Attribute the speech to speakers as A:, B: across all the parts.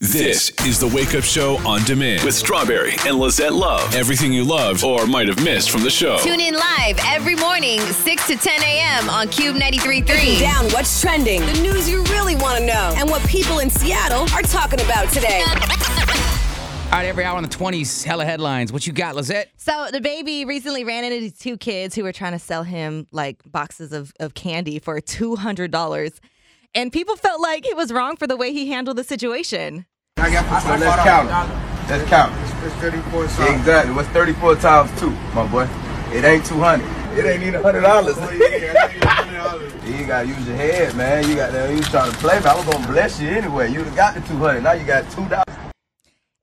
A: This is the Wake Up Show on demand with Strawberry and Lizette Love. Everything you loved or might have missed from the show.
B: Tune in live every morning, 6 to 10 a.m. on Cube 93.3.
C: Down what's trending, the news you really want to know, and what people in Seattle are talking about today.
D: All right, every hour in the 20s, hella headlines. What you got, Lizette?
B: So the baby recently ran into these two kids who were trying to sell him like boxes of, of candy for $200. And people felt like it was wrong for the way he handled the situation.
E: I got so I, I let's count it. Let's count
F: it. It's 34 times.
E: Exactly. What's 34 times 2, my boy? It ain't 200. It ain't even $100. You gotta use your head, man. You gotta, you trying to play, but I was gonna bless you anyway. You'd have got the 200. Now you got $2.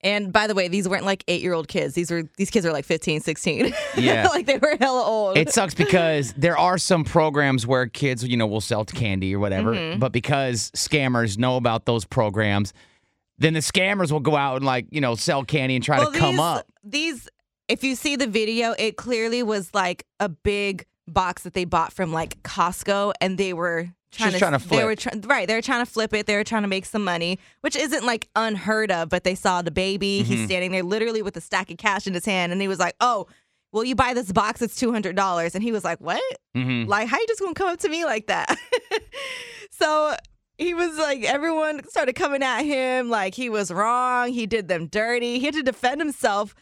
B: And by the way, these weren't like eight year old kids. These were these kids were like 15, 16.
D: Yeah.
B: like they were hella old.
D: It sucks because there are some programs where kids, you know, will sell candy or whatever.
B: Mhm.
D: But because scammers know about those programs, then the scammers will go out and like, you know, sell candy and try
B: Well,
D: to come
B: these,
D: up.
B: These, if you see the video, it clearly was like a big box that they bought from like Costco, and they were trying
D: Just
B: to,
D: trying to
B: They
D: flip.
B: were try, right. They were trying to flip it. They were trying to make some money, which isn't like unheard of. But they saw the baby. He's
D: Mhm.
B: standing there, literally with a stack of cash in his hand, and he was like, "Oh." Will you buy this box? It's two hundred dollars, and he was like, "What?
D: Mhm.
B: Like, how you just gonna come up to me like that?" so he was like everyone started coming at him like he was wrong he did them dirty he had to defend himself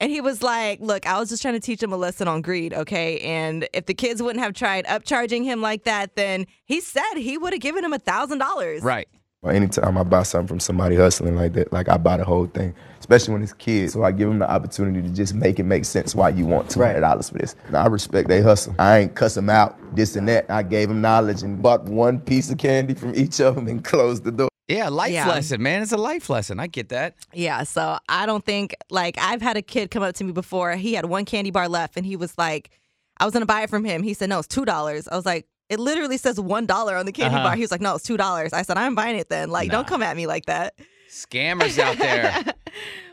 B: and he was like look i was just trying to teach him a lesson on greed okay and if the kids wouldn't have tried upcharging him like that then he said he would have given him a thousand dollars
D: Right.
F: Well, anytime I buy something from somebody hustling like that, like I buy the whole thing, especially when it's kids. So I give them the opportunity to just make it make sense why you want $200 for this. And I respect they hustle. I ain't cuss them out, this and that. I gave them knowledge and bought one piece of candy from each of them and closed the door.
D: Yeah, life
B: Yeah.
D: lesson, man. It's a life lesson. I get that.
B: yeah so i don't think like i've had a kid come up to me before he had one candy bar left and he was like i was gonna buy it from him he said no it's two dollars i was like it literally says one dollar on the candy
D: Uh-huh.
B: bar he was like no it's two dollars i said i'm buying it then like don't
D: Nah.
B: come at me like that
D: Scammers out there.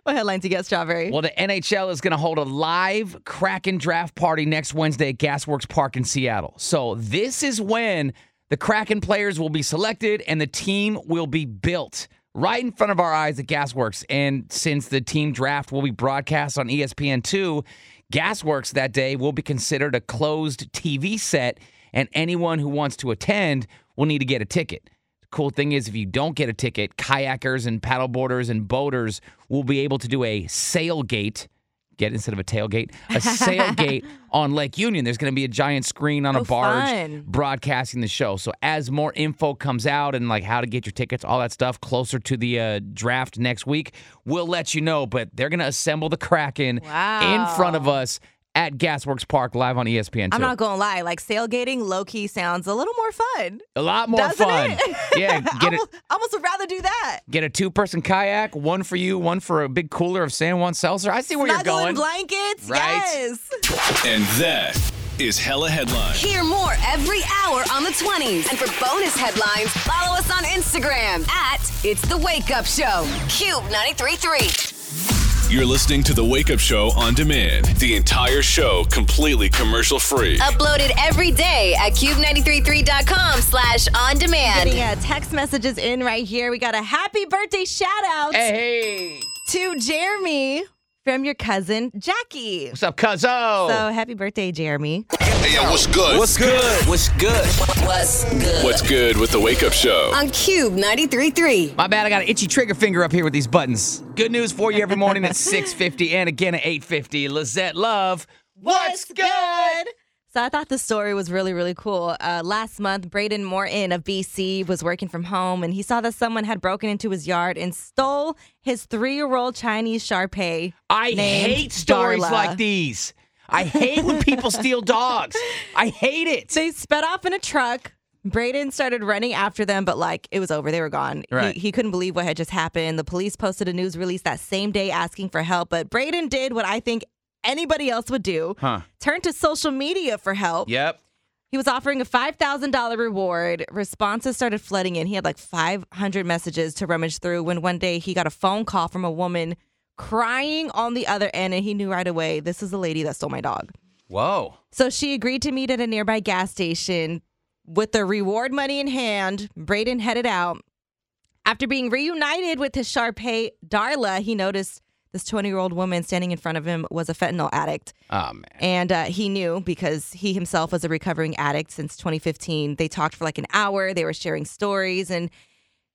B: What headlines you get, Strawberry?
D: Well, the NHL is going to hold a live Kraken draft party next Wednesday at Gasworks Park in Seattle. So, this is when the Kraken players will be selected and the team will be built right in front of our eyes at Gasworks. And since the team draft will be broadcast on E ESPN2, Gasworks that day will be considered a closed TV set, and anyone who wants to attend will need to get a ticket. The cool thing is, if you don't get a ticket, kayakers and paddleboarders and boaters will be able to do a sailgate. Get instead of a tailgate, a sailgate on Lake Union. There's going to be a giant screen on a
B: Oh,
D: barge
B: fun.
D: broadcasting the show. So as more info comes out and like how to get your tickets, all that stuff closer to the uh, draft next week, we'll let you know. But they're going to assemble the Kraken in front of us at Gasworks Park live on E ESPN.
B: I'm not gonna lie, like sailgating low key sounds a little more fun.
D: a lot more
B: Doesn't
D: fun.
B: it?
D: yeah, get
B: I
D: it.
B: almost, I almost would rather do that.
D: Get a two-person kayak, one for you, one for a big cooler of San Juan seltzer. I see where you're
B: Snuggling
D: going.
B: blankets,
D: Right?
B: yes.
A: And that is hella headlines.
C: Hear more every hour on the 20s. And for bonus headlines, follow us on Instagram at It's the Wake Up Show. Cube 93.3.
A: You're listening to the Wake Up Show on demand. The entire show completely commercial free.
B: Uploaded
C: Every day at cube933.com slash on
B: Getting
C: demand.
B: uh, text messages in right here. We got a happy birthday shout out
D: Hey,
B: to Jeremy from your cousin Jackie.
D: what's up, Cuzzo?
B: So happy birthday, Jeremy.
G: Hey, yo, what's good? What's good? What's good?
C: What's good?
A: What's good with the Wake Up Show?
C: On Cube 93.3.
D: My bad, I got an itchy trigger finger up here with these buttons. Good news for you every morning at 6.50 and again at 8.50. Lizette Love. What's good?
B: So I thought the story was really, really cool. Uh, last month, Braden Morton of BC was working from home and he saw that someone had broken into his yard and stole his three year old Chinese Shar Pei.
D: I
B: named
D: hate stories
B: Darla.
D: like these. I hate when people steal dogs. I hate it.
B: They sped off in a truck. Braden started running after them, but like it was over. They were gone.
D: Right.
B: He, he couldn't believe what had just happened. The police posted a news release that same day asking for help, but Braden did what I think anybody else would do
D: Huh.
B: turned to social media for help.
D: Yep.
B: He was offering a $5,000 reward. Responses started flooding in. He had like 500 messages to rummage through when one day he got a phone call from a woman crying on the other end, and he knew right away this is the lady that stole my dog.
D: Whoa.
B: So she agreed to meet at a nearby gas station with the reward money in hand. Braden headed out. After being reunited with his Sharpay Darla, he noticed this 20 year old woman standing in front of him was a fentanyl addict.
D: Oh, man.
B: And uh, he knew because he himself was a recovering addict since 2015. They talked for like an hour, they were sharing stories, and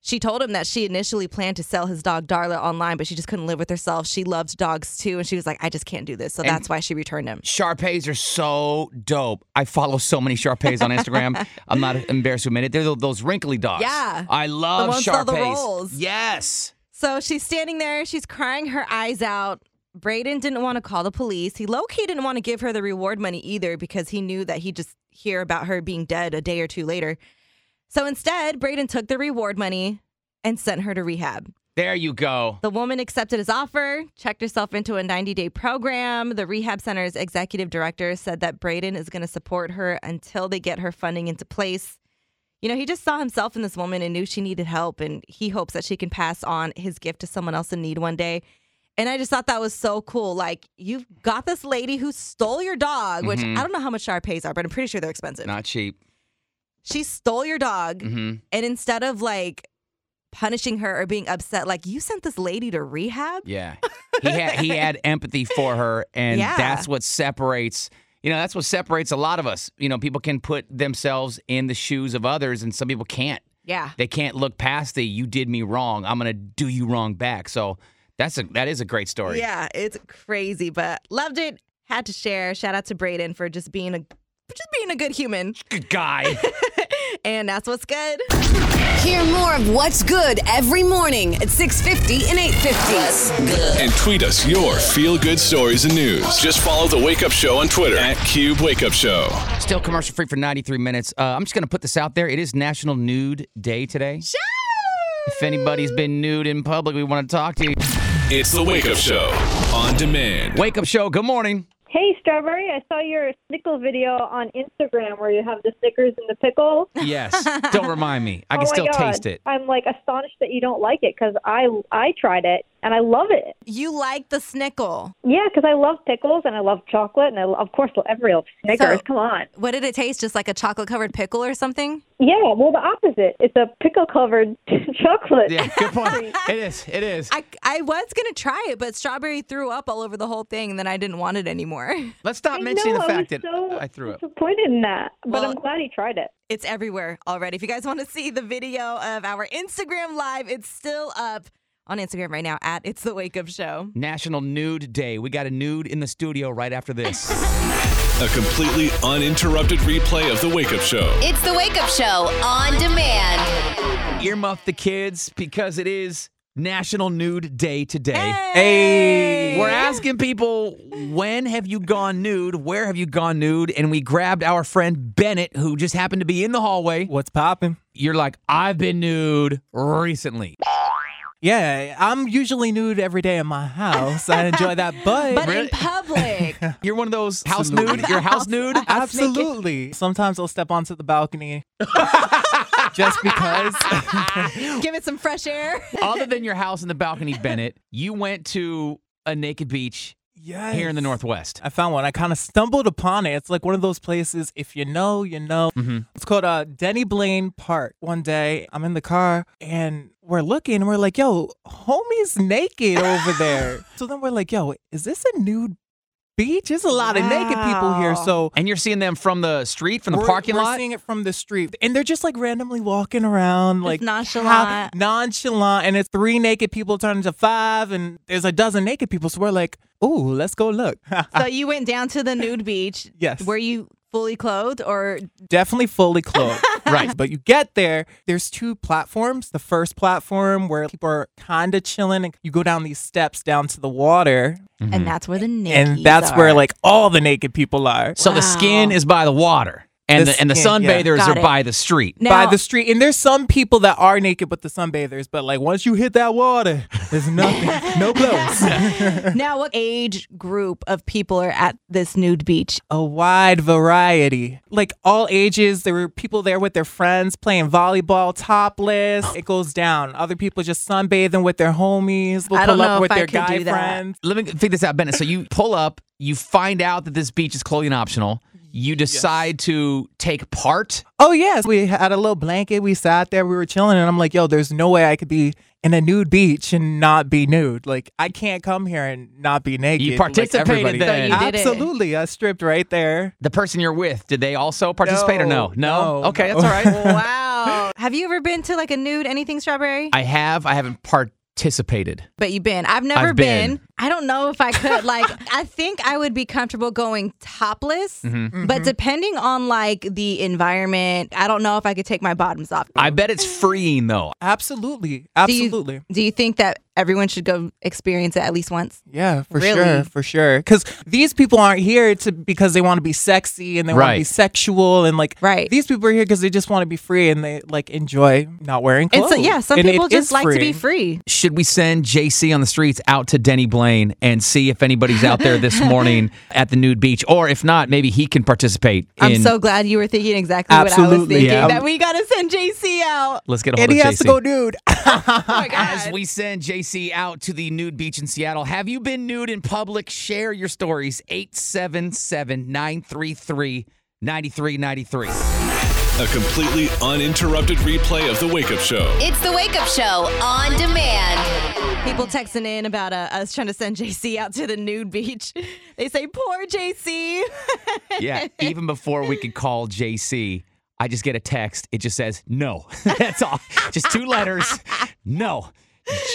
B: she told him that she initially planned to sell his dog Darla online, but she just couldn't live with herself. She loved dogs too, and she was like, I just can't do this. So
D: And-
B: that's why she returned him.
D: Sharpays are so dope. I follow so many Sharpays on Instagram. I'm not embarrassed to admit it. They're tho- those wrinkly dogs.
B: Yeah.
D: I love
B: the ones with all
D: Sharpays.
B: the rolls.
D: Yes.
B: So she's standing there, she's crying her eyes out. Braden didn't want to call the police. He low key didn't want to give her the reward money either because he knew that he'd just hear about her being dead a day or two later. So instead, Braden took the reward money and sent her to rehab.
D: There you go.
B: The woman accepted his offer, checked herself into a 90 day program. The rehab center's executive director said that Braden is going to support her until they get her funding into place. You know, he just saw himself in this woman and knew she needed help, and he hopes that she can pass on his gift to someone else in need one day. And I just thought that was so cool. Like, you've got this lady who stole your dog, which
D: Mhm.
B: I don't know how much Sharpays are, but I'm pretty sure they're expensive.
D: Not cheap.
B: She stole your dog,
D: Mm-hmm.
B: and instead of like punishing her or being upset, like, you sent this lady to rehab?
D: Yeah. He had he had empathy for her and
B: Yeah.
D: that's what separates you know, that's what separates a lot of us. You know, people can put themselves in the shoes of others and some people can't.
B: Yeah.
D: They can't look past the you did me wrong. I'm gonna do you wrong back. So that's a that is a great story.
B: Yeah, it's crazy, but loved it. Had to share. Shout out to Braden for just being a for just being a good human.
D: Good guy.
B: And that's what's good.
C: Hear more of what's good every morning at 6.50 and 8.50.
A: And tweet us your feel good stories and news. Just follow The Wake Up Show on Twitter at Cube Wake Up Show.
D: Still commercial free for 93 minutes. Uh, I'm just going to put this out there. It is National Nude Day today. If anybody's been nude in public, we want to talk to you.
A: It's The Wake Up Show on demand.
D: Wake up show. Good morning.
H: Hey, Strawberry, I saw your Snickle video on Instagram where you have the Snickers and the pickle.
D: Yes. Don't remind me. I can
H: Oh my
D: still
H: God.
D: taste it.
H: I'm like astonished that you don't like it because I, I tried it and I love it.
B: You like the Snickle.
H: Yeah, because I love pickles and I love chocolate and I, lo- of course, every love Snickers.
B: So-
H: Come on.
B: What did it taste? Just like a chocolate covered pickle or something?
H: Yeah, well, the opposite. It's a pickle covered chocolate.
D: Yeah, good point. it is. It is.
B: I I was gonna try it, but strawberry threw up all over the whole thing, and then I didn't want it anymore.
D: Let's stop mentioning the fact that I threw up.
H: Disappointed in that, but
B: Well-
H: I'm glad he tried it.
B: It's everywhere already. If you guys want to see the video of our Instagram live, it's still up on Instagram right now at It's the Wake Up Show.
D: National Nude Day. We got a nude in the studio right after this.
A: A completely uninterrupted replay of The Wake Up Show.
C: It's the Wake Up Show on demand.
D: Earmuff the kids because it is National Nude Day today.
I: Hey.
D: We're asking people when have you gone nude? Where have you gone nude? And we grabbed our friend Bennett, who just happened to be in the hallway.
I: What's popping?
D: You're like, I've been nude recently.
I: Yeah, I'm usually nude every day in my house. I enjoy that, but,
B: But in public,
D: You're one of those house nude. You're house nude.
I: absolutely. Sometimes I'll step onto the balcony just because.
B: give it some fresh air.
D: Other than your house in the balcony, Bennett, you went to a naked beach
I: Yes.
D: here in the Northwest.
I: I found one. I kind of stumbled upon it. It's like one of those places. If you know, you know.
D: Mm-hmm.
I: It's called uh, Denny Blaine Park. One day, I'm in the car and we're looking. And we're like, "Yo, homie's naked over there." so then we're like, "Yo, is this a nude beach? There's a lot of naked people here." So
D: and you're seeing them from the street, from the
I: we're,
D: parking
I: we're
D: lot.
I: seeing it from the street, and they're just like randomly walking around, like
B: nonchalant.
I: how- nonchalant. And it's three naked people turned into five, and there's a dozen naked people. So we're like, "Ooh, let's go look."
B: So you went down to the nude beach.
I: Yes.
B: Were you fully clothed or
I: definitely fully clothed.
D: right.
I: But you get there, there's two platforms. The first platform where people are kind of chilling and you go down these steps down to the water.
D: Mm-hmm.
B: and that's where the naked
I: And that's where like all the naked people are.
D: So the skin is by the water. And
I: This-
D: the, and the
I: yeah, yeah.
D: sunbathers
I: Got
D: are
I: it.
D: by the street.
I: by the street. And there's some people that are naked with the sunbathers, but like once you hit that water, there's nothing, no clothes.
B: now, what age group of people are at this nude beach?
I: A wide variety, like all ages. There were people there with their friends playing volleyball, topless. It goes down. Other people just sunbathing with their homies. They'll
D: I
I: pull
D: don't know
I: up with
D: if I
I: their
D: can
I: guy
D: do that.
I: friends.
D: Let me figure this out, Bennett. So you pull up, you find out that this beach is clothing optional. You decide to take part.
I: Oh yes, we had a little blanket. We sat there. We were chilling, and I'm like, "Yo, there's no way I could be in a nude beach and not be nude. Like, I can't come here and not be naked." like
D: participated
I: everybody
D: then.
I: does.
D: So you did it.
I: Absolutely, I stripped right there.
D: The person you're with, did they also participate or no? No. okay, that's all right.
B: wow. Have you ever been to like a nude anything strawberry?
D: I have. I haven't participated.
B: But you've been. I've never
D: I've been.
B: I don't know if I could. Like, I think I would be comfortable going topless,
D: Mhm.
B: but
D: Mhm.
B: depending on like the environment, I don't know if I could take my bottoms off.
D: I bet it's freeing though.
I: Absolutely.
B: Absolutely. Do you, think that everyone should go experience it at least once?
I: Yeah, for
B: Really?
I: sure, for sure. Because these people aren't here to because they want to be sexy and they want to be
D: Right.
I: sexual and like right. These people are here because they just want to be free and they like enjoy not wearing
B: And
I: clothes.
B: so, yeah, some
I: And it
B: people
I: is
B: just like to be free.
D: Should we send JC on the streets out to Denny Blaine and see if anybody's out there this morning at the nude beach? Or if not, maybe he can participate in
B: I'm so glad you were thinking exactly what I was
D: Absolutely.
B: thinking.
D: Yeah.
B: That we gotta send JC out. Oh
D: Let's get a hold
I: And
D: of
I: he has to
D: JC.
I: go nude.
D: As we send JC out to the nude beach in Seattle, have you been nude in public? Share your stories. 877 933 9393.
A: A completely uninterrupted replay of The Wake Up Show.
C: It's the Wake Up Show on demand.
B: People texting in about uh, us trying to send JC out to the nude beach. They say, "Poor JC."
D: Yeah, even before we could call JC, I just get a text. It just says, no. That's all. Just two letters. No.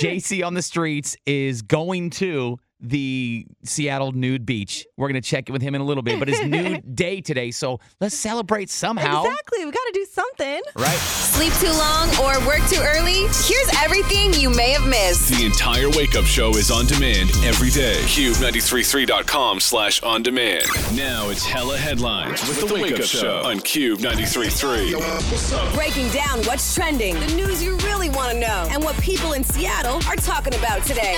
D: JC on the streets is going to the Seattle nude beach. We're going to check in with him in a little bit, but it's nude day today. So let's celebrate somehow.
B: Exactly. We gotta do something.
D: Right?
C: Sleep too long or work too early? Here's everything you may have missed.
A: The entire Wake Up Show is on demand every day. Cube933.com slash on demand. Now it's hella headlines with, The Wake Up Show on Cube933.
C: Breaking down what's trending, the news you really want to know, and what people in Seattle are talking about today.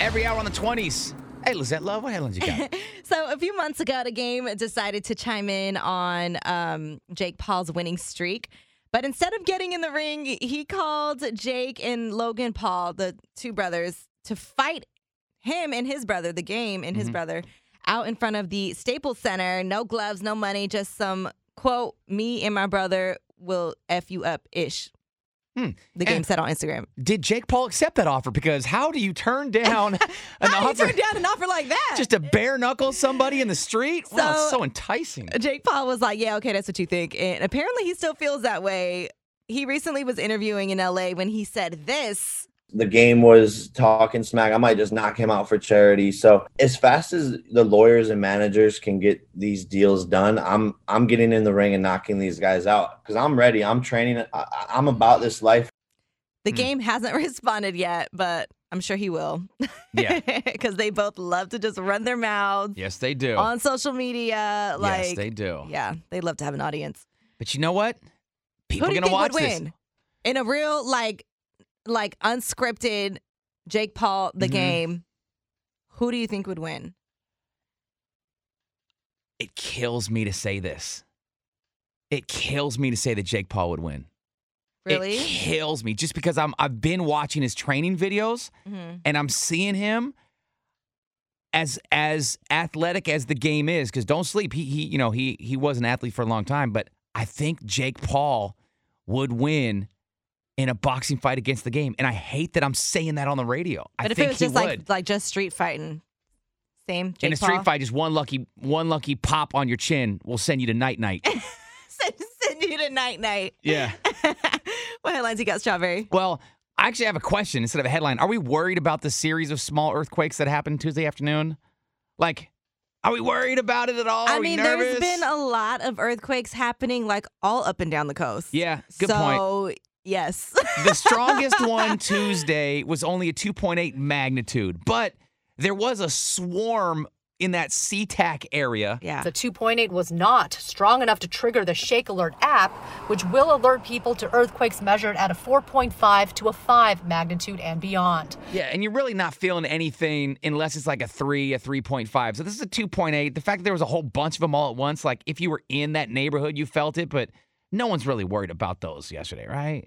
D: Every hour on the 20s. Hey, Lizette Love, what headlines you got?
B: So a few months ago, the game decided to chime in on um, Jake Paul's winning streak. But instead of getting in the ring, he called Jake and Logan Paul, the two brothers, to fight him and his brother, the game and his
J: Mhm.
B: brother, out in front of the Staples Center. No gloves, no money, just some quote, me and my brother will F you up ish. The game said on Instagram.
D: Did Jake Paul accept that offer? Because how do you turn down an
B: How do
D: offer?
B: you turn down an offer like that?
D: just to bare knuckle somebody in the street? wow, it's
B: So- uh,
D: so enticing.
B: Jake Paul was like, "Yeah, okay, that's what you think," and apparently he still feels that way. He recently was interviewing in LA when he said this.
K: the game was talking smack. I might just knock him out for charity. So as fast as the lawyers and managers can get these deals done, I'm I'm getting in the ring and knocking these guys out because I'm ready. I'm training. I, I'm about this life.
D: Hmm.
B: The game hasn't responded yet, but I'm sure he will.
D: Yeah.
B: because they both love to just run their mouths
D: Yes, they do.
B: on social media. Like,
D: yes, they do.
B: yeah, they love to have an audience.
D: But you know what? People
B: Who
D: are
B: do you
D: going to
B: think
D: watch
B: would
D: this.
B: win in a real like, like unscripted Jake Paul the
D: Mhm.
B: game? Who do you think would win?
D: It kills me to say this. It kills me to say that Jake Paul would win.
B: Really?
D: It kills me just because I'm I've been watching his training videos
B: Mhm.
D: and I'm seeing him as as athletic as the game is cuz don't sleep he he you know he he was an athlete for a long time but I think Jake Paul would win in a boxing fight against the game and I hate that I'm saying that on the radio.
B: But
D: I
B: if
D: think
B: it was
D: he
B: just
D: would.
B: like like just street fighting, same. Jake
D: in a street
B: Paul.
D: fight, just one lucky one lucky pop on your chin will send you to night night.
B: send, send you to night night.
D: Yeah.
B: What headlines you got, Strawberry?
D: Well, I actually have a question instead of a headline. Are we worried about the series of small earthquakes that happened Tuesday afternoon? Like, are we worried about it at all?
B: I
D: Are we
B: mean,
D: Oh, nervous?
B: there's been a lot of earthquakes happening, like all up and down the coast.
D: Yeah, good
B: so, yes.
D: the strongest one Tuesday was only a 2.8 magnitude, but there was a swarm in that SeaTac area.
B: Yeah.
J: The 2.8 was not strong enough to trigger the Shake Alert app, which will alert people to earthquakes measured at a 4.5 to a 5 magnitude and beyond.
D: Yeah, and you're really not feeling anything unless it's like a three, a 3.5. So this is a 2.8. The fact that there was a whole bunch of them all at once, like if you were in that neighborhood, you felt it, but no one's really worried about those yesterday, right?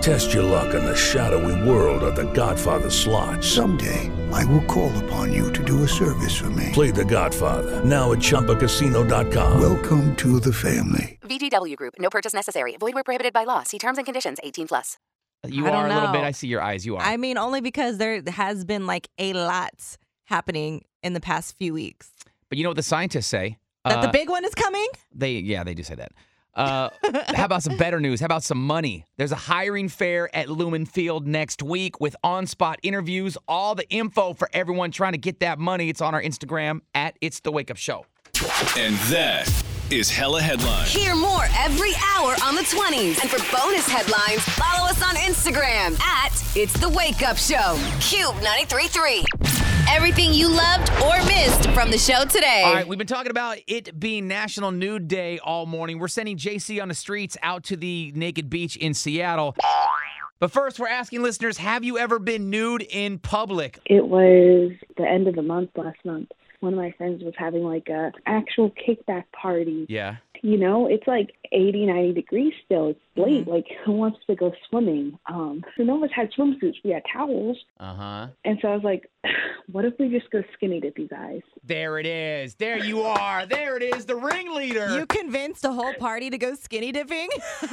L: Test your luck in the shadowy world of The Godfather slot.
M: Someday, I will call upon you to do a service for me.
L: Play The Godfather now at ChumbaCasino.com.
M: Welcome to the family.
N: VGW Group. No purchase necessary. Void where prohibited by law. See terms and conditions. 18 plus.
D: You
B: I don't
D: are a little
B: know.
D: bit. I see your eyes. You are.
B: I mean, only because there has been like a lot happening in the past few weeks.
D: but you know what the scientists say?
B: That the
D: Uh,
B: big one is coming?
D: They yeah, they do say that. Uh, how about some better news? How about some money? There's a hiring fair at Lumen Field next week with on-spot interviews. All the info for everyone trying to get that money. It's on our Instagram at It's the Wake Up Show.
A: And that is Hella Headlines.
C: Hear more every hour on the 20s. And for bonus headlines, follow us on Instagram at It's The Wake Up Show. Cube 93.3. Everything you loved or missed from the show today.
D: All right, we've been talking about it being National Nude Day all morning. We're sending JC on the streets out to the naked beach in Seattle. But first, we're asking listeners, have you ever been nude in public?
O: It was the end of the month last month. One of my friends was having like a actual kickback party.
D: Yeah.
O: You know, it's like 80, 90 degrees still. It's
D: Mm-hmm.
O: late. Like who wants to go swimming? Um, so no one's had swimsuits. We had towels.
D: Uh-huh.
O: And so I was like, what if we just go skinny dippy, guys?
D: There it is. There you are. There it is. The ringleader.
B: You convinced the whole party to go skinny dipping?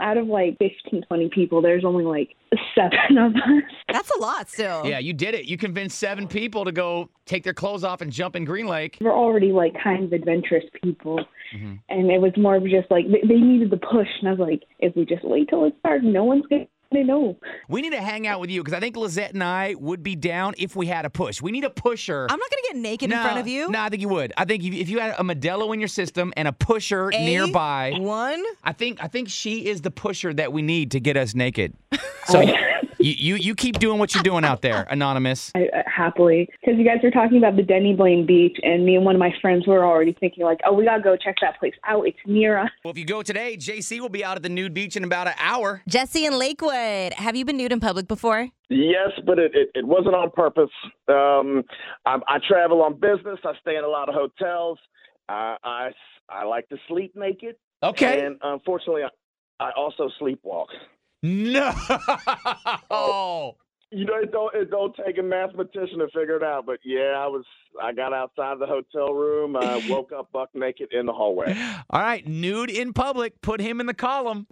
O: Out of like 15, 20 people, there's only like seven of us.
B: That's a lot still.
D: Yeah, you did it. You convinced seven people to go take their clothes off and jump in Green Lake. Mm-hmm.
O: We're already like kind of adventurous people. And it was more of just like they, they needed the push. And I was like, if we just wait till it's dark, no one's going to know.
D: We need to hang out with you because I think Lizette and I would be down if we had a push. We need a pusher.
B: I'm not going to get naked in front of you.
D: No, I think you would. I think if, if you had a Modelo in your system and a pusher nearby,
B: one.
D: I think I think she is the pusher that we need to get us naked. So you, you you keep doing what you're doing out there, anonymous.
O: I, I, happily, because you guys were talking about the Denny Blaine Beach, and me and one of my friends were already thinking like, oh, we gotta go check that place out. It's near us.
D: Well, if you go today, JC will be out at the nude beach in about an hour.
B: Jesse in Lakewood, have you been nude in public before?
P: Yes, but it, it, it wasn't on purpose. Um, I, I travel on business. I stay in a lot of hotels. I I, I like to sleep naked.
D: Okay.
P: And unfortunately, I, I also sleepwalk.
D: No.
P: You know, it don't it don't take a mathematician to figure it out. But yeah, I was I got outside the hotel room. I woke up buck naked in the hallway.
D: All right, nude in public. Put him in the column.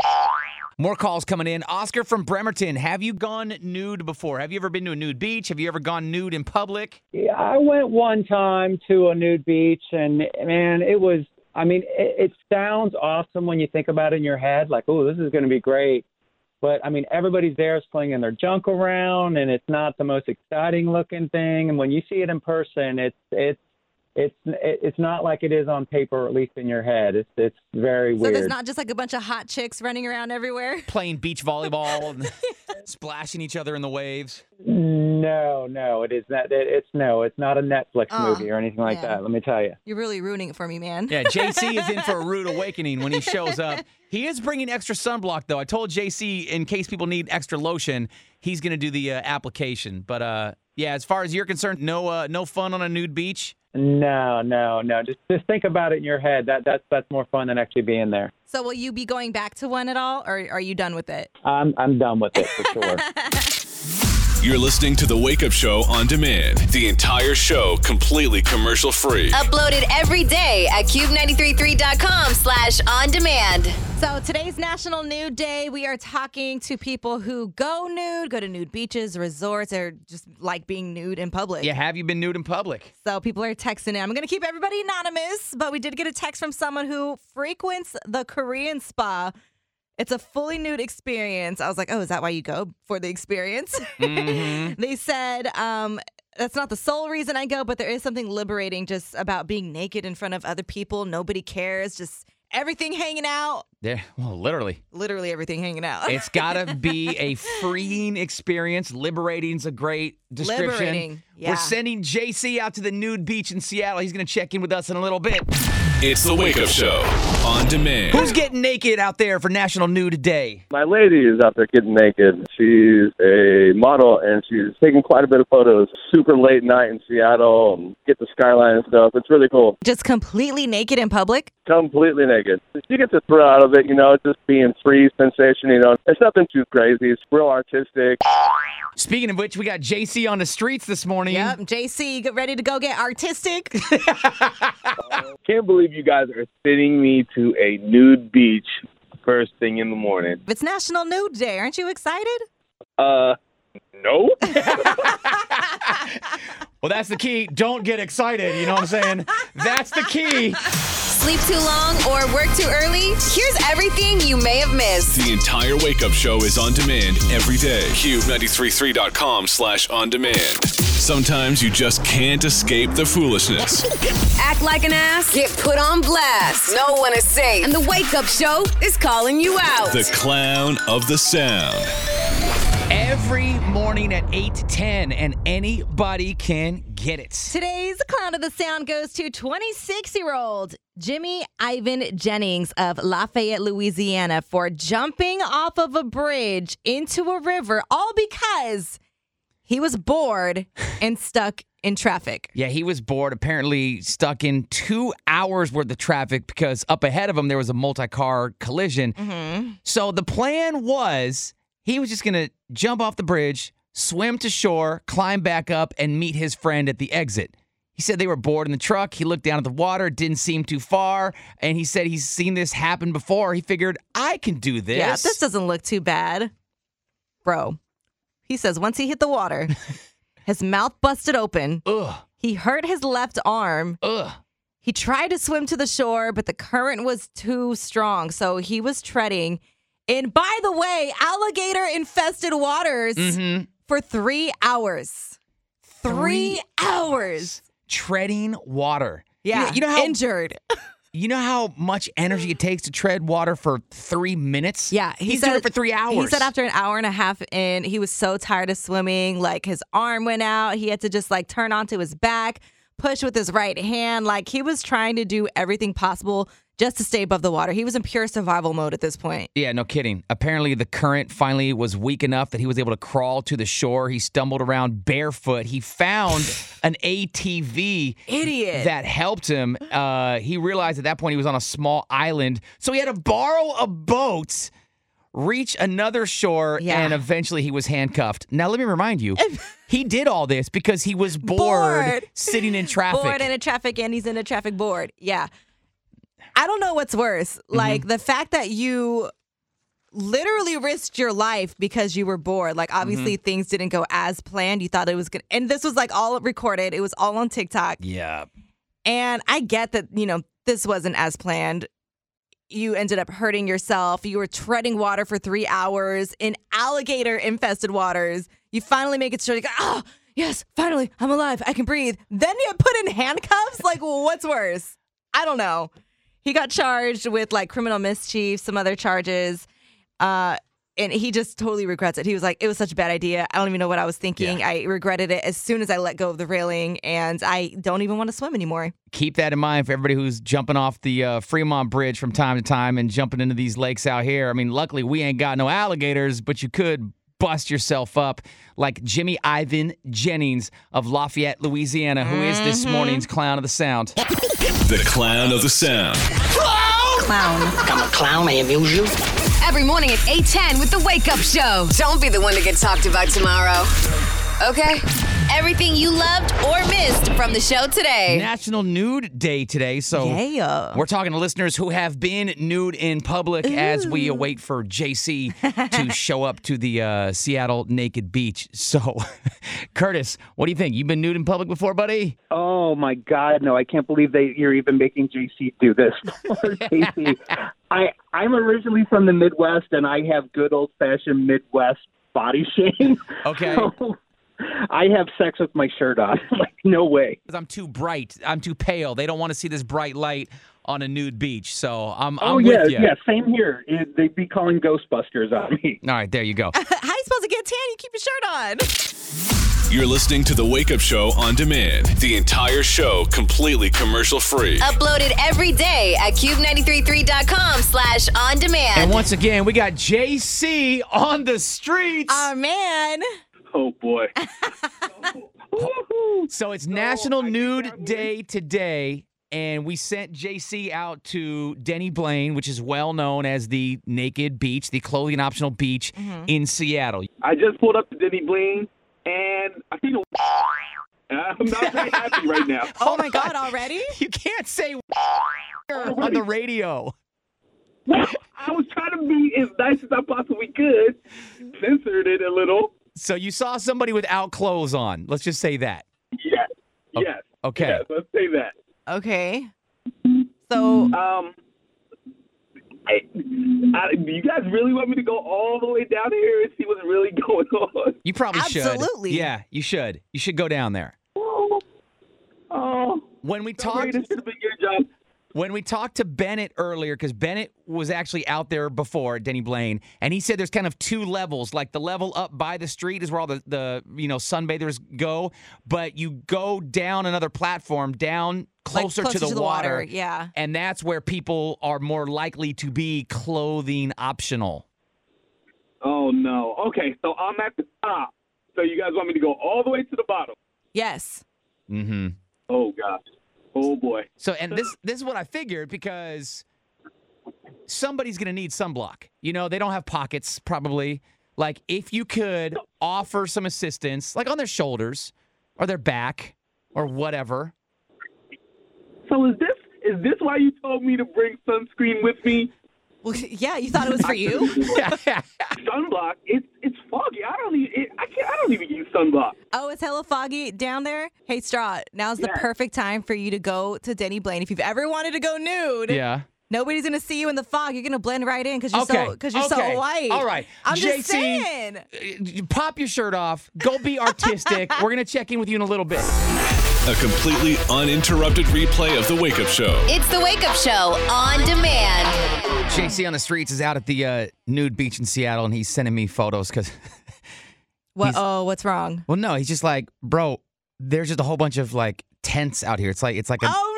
D: More calls coming in. Oscar from Bremerton. Have you gone nude before? Have you ever been to a nude beach? Have you ever gone nude in public?
Q: Yeah, I went one time to a nude beach, and man, it was. I mean, it, it sounds awesome when you think about it in your head, like, oh, this is going to be great. But I mean, everybody's there slinging their junk around, and it's not the most exciting looking thing. And when you see it in person, it's it's it's it's not like it is on paper, or at least in your head. It's it's very
B: So
Q: weird.
B: there's not just like a bunch of hot chicks running around everywhere?
D: Playing beach volleyball and splashing each other in the waves.
Q: no, no, it is not. It, it's no, it's not a Netflix
B: Oh,
Q: movie or anything like
B: man.
Q: that. Let me tell you.
B: You're really ruining it for me, man.
D: Ah, Yeah, JC is in for a rude awakening when he shows up. He is bringing extra sunblock though. I told JC in case people need extra lotion, he's going to do the uh, application. But uh yeah, as far as you're concerned, no uh, no fun on a nude beach.
Q: No, no, no. Just just think about it in your head. That that's that's more fun than actually being there.
B: So will you be going back to one at all, or are you done with it?
Q: I'm I'm done with it for sure.
A: You're listening to The Wake Up Show on demand. The entire show completely commercial free.
C: Uploaded every day at cube933.com slash on demand.
B: So today's National Nude Day. We are talking to people who go nude, go to nude beaches, resorts, or just like being nude in public.
D: Yeah, have you been nude in public?
B: So people are texting in. I'm going to keep everybody anonymous, but we did get a text from someone who frequents the Korean spa It's a fully nude experience. I was like, oh, is that why you go for the experience? they said um, that's not the sole reason I go, but there is something liberating just about being naked in front of other people. Nobody cares, just everything hanging out,
D: There, well, literally.
B: literally everything hanging out.
D: It's got to be a freeing experience. Liberating's a great description.
B: Liberating, yeah.
D: We're sending JC out to the nude beach in Seattle. He's going to check in with us in a little bit.
A: It's the Wake Up Show on demand.
D: Who's getting naked out there for National Nude Day?
R: My lady is out there getting naked. She's a model and she's taking quite a bit of photos. Super late night in Seattle, and get the skyline and stuff. It's really cool.
B: just completely naked in public.
R: Completely naked. She gets a thrill out of it, you know, just being free sensation, you know. It's nothing too crazy. It's real artistic.
D: Speaking of which, we got JC on the streets this morning.
B: Yep, JC, get ready to go get artistic.
S: Can't believe you guys are sending me to a nude beach first thing in the morning.
B: it's National Nude Day. Aren't you excited?
S: Uh, no.
D: Well, that's the key. Don't get excited. You know what I'm saying? That's the key.
C: Sleep too long or work too early? Here's everything you may have missed.
A: The entire Wake Up Show is on demand every day. Cube933.com slash on demand. Sometimes you just can't escape the foolishness.
C: Act like an ass, get put on blast. No one is safe. And the Wake Up Show is calling you out.
A: The clown of the sound.
D: Every morning at 8:10, and anybody can get it.
B: Today's Clown of the Sound goes to 26 year old Jimmy Ivan Jennings of Lafayette, Louisiana, for jumping off of a bridge into a river, all because he was bored and stuck in traffic.
D: Yeah, he was bored, apparently stuck in two hours worth of traffic because up ahead of him there was a multi car collision. So the plan was he was just going to jump off the bridge, swim to shore, climb back up, and meet his friend at the exit. He said they were bored in the truck. He looked down at the water, it didn't seem too far. And he said he's seen this happen before. He figured, I can do this.
B: Yeah, this doesn't look too bad. Bro, he says once he hit the water, his mouth busted open.
D: Ugh.
B: He hurt his left arm.
D: Ugh.
B: He tried to swim to the shore, but the current was too strong. So he was treading in, by the way, alligator infested waters
D: Mm-hmm.
B: for three hours. Three, hours.
D: treading water.
B: Yeah,
D: You know, you know how
B: injured.
D: You know how much energy it takes to tread water for three minutes? Yeah, he's doing it for three hours.
B: He said after an hour and a half in, he was so tired of swimming, like his arm went out. He had to just like turn onto his back, push with his right hand. Like he was trying to do everything possible just to stay above the water. He was in pure survival mode at this point.
D: Yeah, no kidding. Apparently, the current finally was weak enough that he was able to crawl to the shore. He stumbled around barefoot. He found an ATV
B: Idiot.
D: that helped him. Uh, he realized at that point he was on a small island, so he had to borrow a boat, reach another shore, and eventually he was handcuffed. Now, let me remind you, he did all this because he was bored,
B: Bored.
D: sitting in traffic.
B: Board in a traffic and he's in a traffic board. Yeah. I don't know what's worse.
D: Mm-hmm.
B: Like the fact that you literally risked your life because you were bored. Like obviously
D: Mhm.
B: things didn't go as planned. You thought it was good. And this was like all recorded. It was all on TikTok.
D: Yeah.
B: And I get that, you know, this wasn't as planned. You ended up hurting yourself. You were treading water for three hours in alligator infested waters. You finally make it straight. Like, oh, yes, finally, I'm alive. I can breathe. Then you put in handcuffs. Like, what's worse? I don't know. He got charged with like criminal mischief, some other charges. Uh, and he just totally regrets it. He was like, it was such a bad idea. I don't even know what I was thinking. I regretted it as soon as I let go of the railing, and I don't even want to swim anymore.
D: keep that in mind for everybody who's jumping off the uh, Fremont Bridge from time to time and jumping into these lakes out here. I mean, luckily we ain't got no alligators, but you could bust yourself up like Jimmy Ivan Jennings of Lafayette, Louisiana, who is this morning's clown of the sound.
A: The clown of the sound.
C: Clown.
A: I'm a clown. I amuse you.
C: Every morning at 810 with the Wake Up Show. Don't be the one to get talked about tomorrow. Okay. Everything you loved or missed from the show today.
D: National Nude Day today, so
C: Yeah.
D: we're talking to listeners who have been nude in public as we await for JC to show up to the uh, Seattle Naked Beach. So, Curtis, what do you think? You've been nude in public before, buddy?
T: Oh my God, no! I can't believe that you're even making JC do this. Poor JC. I I'm originally from the Midwest, and I have good old fashioned Midwest body shame.
D: Okay.
T: So I have sex with my shirt on. like no way.
D: 'Cause I'm too bright. I'm too pale. They don't want to see this bright light on a nude beach. So I'm, I'm
T: oh
D: with
T: yeah,
D: you.
T: yeah. Same here. It, they'd be calling Ghostbusters on me.
D: All right, there you go.
B: How you supposed to get tan? You keep your shirt on.
A: You're listening to The Wake Up Show on demand. The entire show completely commercial free.
C: Uploaded every day at cube933.com slash on demand.
D: And once again, we got JC on the streets.
B: Oh, man.
T: Oh, boy.
D: so it's National Nude Day today. And we sent JC out to Denny Blaine, which is well known as the Naked Beach, the clothing optional beach
B: Mm-hmm.
D: in Seattle.
S: I just pulled up to Denny Blaine, and I seen a. And I'm not very happy right now.
B: Oh my God, already?
D: You can't say on the radio.
S: I was trying to be as nice as I possibly could, censored it a little.
D: So you saw somebody without clothes on. Let's just say that.
S: Yes.
D: O-
S: Yes.
D: Okay.
S: Yes, let's say that.
B: Okay. So
D: Mm-hmm.
S: um, I, I, do you guys really want me to go all the way down here and see what's really going on?
D: You probably should.
S: Absolutely.
D: Yeah, you should. You should go down there.
S: Oh,
D: When we talked, When we talked to Bennett earlier, because Bennett was actually out there before Denny Blaine, and he said there's kind of two levels. Like the level up by the street is where all the, the you know sunbathers go, but you go down another platform, down closer,
B: closer
D: to, the water,
B: yeah.
D: and that's where people are more likely to be clothing optional.
S: Oh no. Okay, so I'm at the top. So you guys want me to go all the way to the bottom?
B: Yes.
D: Mm-hmm.
S: Oh gosh. Oh boy.
D: So, and this this is what I figured because somebody's going to need sunblock. You know, they don't have pockets probably. Like if you could offer some assistance, like on their shoulders or their back or whatever.
S: So is this is this why you told me to bring sunscreen with me?
B: Well, yeah, you thought it was for you.
S: sunblock. It's it's foggy. I don't even it, I can't I don't even use sunblock.
B: Oh, it's hella foggy down there. Hey, Straw, now's the
S: Yeah.
B: perfect time for you to go to Denny Blaine. If you've ever wanted to go nude,
D: Yeah.
B: nobody's gonna see you in the fog. You're gonna blend right in because you're so
D: Okay,
B: because you're
D: okay,
B: so white.
D: all right.
B: I'm just
D: JC,
B: saying.
D: You Pop your shirt off. Go be artistic. We're going to check in with you in a little bit.
A: A completely uninterrupted replay of The Wake Up Show.
C: It's the Wake Up Show on demand.
D: JC on the streets is out at the uh, nude beach in Seattle and he's sending me photos cuz
B: What? Oh, what's wrong?
D: Well, no, he's just like, "Bro, there's just a whole bunch of like tents out here. It's like it's like a
B: Oh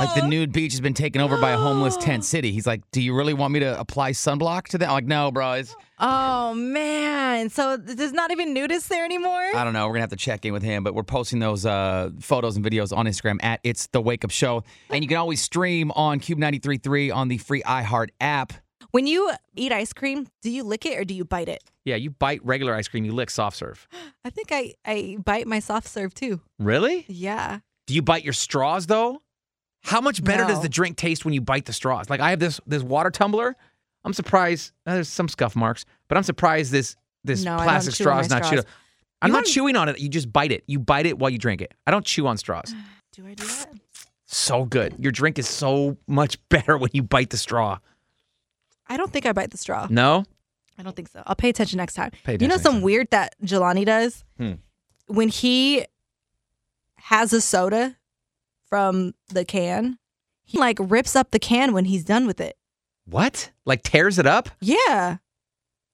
D: Like the nude beach has been taken over by a homeless tent city. He's like, "Do you really want me to apply sunblock to that?" I'm like, "No, bro. It's
B: Oh man. So th- there's not even nudists there anymore.
D: I don't know. We're gonna have to check in with him, but we're posting those uh, photos and videos on Instagram at It's the Wake Up Show, and you can always stream on Cube 93.3 on the free iHeart app.
B: When you eat ice cream, do you lick it or do you bite it?
D: Yeah, you bite regular ice cream, you lick soft serve.
B: I think I I bite my soft serve too.
D: Really?
B: Yeah.
U: Do you bite your straws though? How much better does
B: No.
U: the drink taste when you bite the straws? Like I have this this water tumbler. I'm surprised uh, there's some scuff marks, but I'm surprised this this
B: No, I don't
U: plastic
B: chew on
U: straw
B: my
U: is not chewed.
B: straws.
U: up. I'm
B: You
U: not
B: wanna-
U: chewing on it. You just bite it. You bite it while you drink it. I don't chew on straws.
B: Do I do that?
U: So good. Your drink is so much better when you bite the straw.
B: I don't think I bite the straw.
U: No?
B: I don't think so. I'll Mm. pay attention next time.
U: Pay
B: you know
U: attention
B: some weird that Jelani does
U: Hmm.
B: when he has a soda from the can. He like rips up the can when he's done with it.
U: What? Like tears it up?
B: Yeah.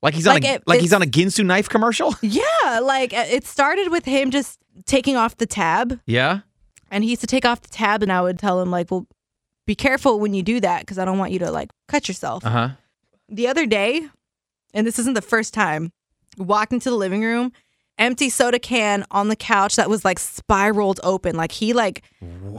U: Like he's on
B: Like
U: a,
B: it-
U: like he's
B: it's-
U: on a Ginsu knife commercial?
B: Yeah, like uh, it started with him just taking off the tab,
U: Yeah.
B: and he used to take off the tab, and I would tell him like, "Well, be careful when you do that, because I don't want you to like cut yourself."
U: Uh-huh.
B: The other day, and this isn't the first time, walked into the living room, empty soda can on the couch that was like spiraled open. Like he like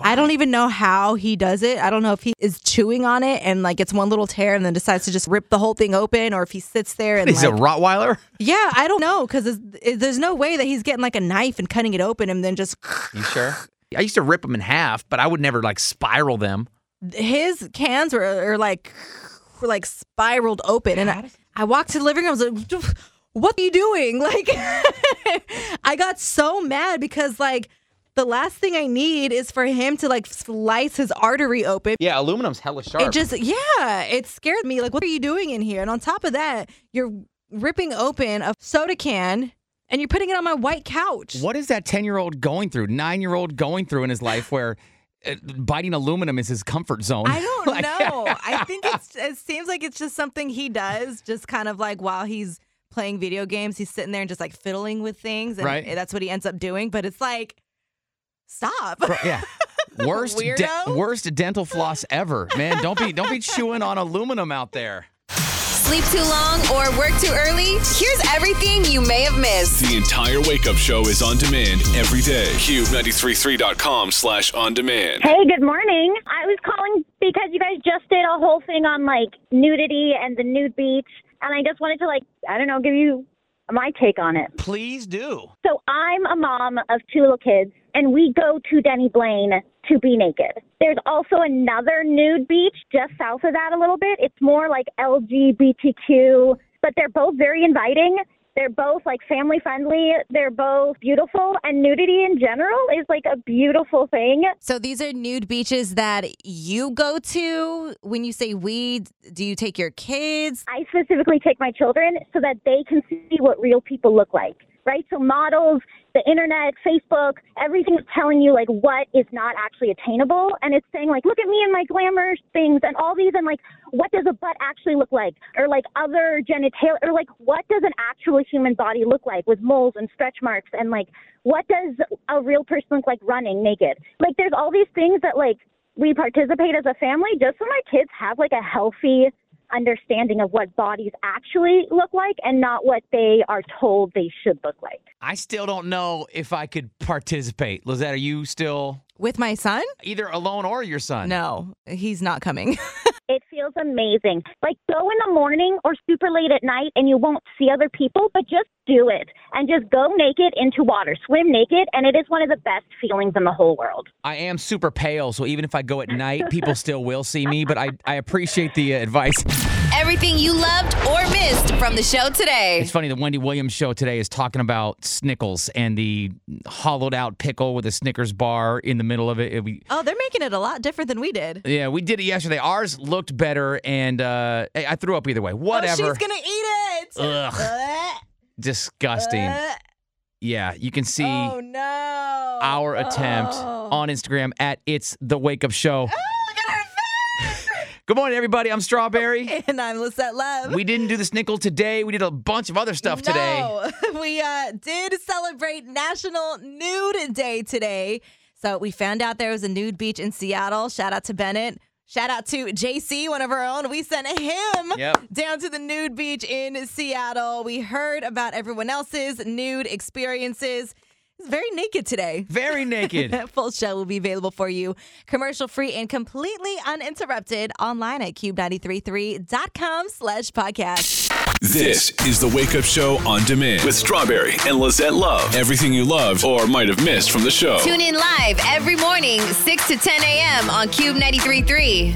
B: I don't even know how he does it. I don't know if he is chewing on it and like gets one little tear and then decides to just rip the whole thing open or if he sits there and
U: He's
B: like,
U: a Rottweiler.
B: yeah, I don't know because there's no way that he's getting like a knife and cutting it open and then just
U: You sure? I used to rip them in half, but I would never like spiral them.
B: his cans were, were like were like spiraled open and I, I walked to the living room I was like what are you doing like I got so mad because like the last thing I need is for him to like slice his artery open
U: Yeah, aluminum's hella sharp.
B: it just yeah, it scared me. Like, what are you doing in here? And on top of that, you're ripping open a soda can and you're putting it on my white couch.
D: What is that 10 year old going through, nine year old going through in his life where uh, biting aluminum is his comfort zone?
B: I don't know. I think it's it seems like it's just something he does, just kind of like while he's playing video games, he's sitting there and just like fiddling with things, and
D: Right.
B: that's what he ends up doing. But it's like, stop.
D: Bro, yeah. Worst de-
B: Weirdo.
D: worst dental floss ever, man. Don't be don't be chewing on aluminum out there.
C: Sleep too long or work too early? Here's everything you may have missed.
A: The entire Wake Up Show is on demand every day. Cube933.com slash on demand.
V: Hey, good morning. I was calling because you guys just did a whole thing on like nudity and the nude beach, and I just wanted to like I don't know give you my take on it.
D: Please do.
V: So I'm a mom of two little kids, and we go to Denny Blaine to be naked. There's also another nude beach just south of that a little bit. It's more like LGBTQ, but they're both very inviting. They're both like family friendly. They're both beautiful, and nudity in general is like a beautiful thing.
B: So these are nude beaches that you go to. When you say we, do you take your kids?
V: I specifically take my children so that they can see what real people look like, right? So models, the internet, Facebook, everything's telling you like what is not actually attainable, and it's saying like, look at me and my glamour things and all these, and like, what does a butt actually look like, or like other genitalia, or like what does an actual human body look like with moles and stretch marks, and like what does a real person look like running naked? Like, there's all these things that like we participate as a family just so my kids have like a healthy understanding of what bodies actually look like and not what they are told they should look like.
D: I still don't know if I could participate. Lizette, are you still
B: with my son?
D: Either alone or your son?
B: No, he's not coming.
V: It feels amazing. Like go in the morning or super late at night and you won't see other people, but just do it and just go naked into water, swim naked, and it is one of the best feelings in the whole world.
D: I am super pale, so even if I go at night, people still will see me. But I, I appreciate the uh, advice.
C: Everything you loved or missed from the show today.
D: It's funny the Wendy Williams show today is talking about Snickles and the hollowed out pickle with a Snickers bar in the middle of it. It- we-
B: oh, they're making it a lot different than we did.
D: yeah, we did it yesterday. Ours looked better, and uh, I I threw up either way. Whatever.
B: Oh, she's gonna eat it.
D: Ugh.
B: Blech.
D: Disgusting.
B: Blech.
D: yeah, you can see
B: Uh. Oh no. Oh.
D: our attempt on Instagram at It's the Wake Up Show.
B: Oh,
D: Good morning, everybody. I'm Strawberry.
B: And I'm Lisette Love.
D: We didn't do the Snickle today. We did a bunch of other stuff today.
B: No, we uh, did celebrate National Nude Day today. So we found out there was a nude beach in Seattle. Shout out to Bennett. Shout out to JC, one of our own. We sent him
D: Yep.
B: down to the nude beach in Seattle. We heard about everyone else's nude experiences. It's very naked today.
D: Very naked.
B: Full show will be available for you, commercial free and completely uninterrupted, online at cube933.com slash podcast.
A: This is the Wake Up Show on demand with Strawberry and Lizette Love. Everything you loved or might have missed from the show.
C: Tune in live every morning, 6 to 10 a.m. on Cube 93.3.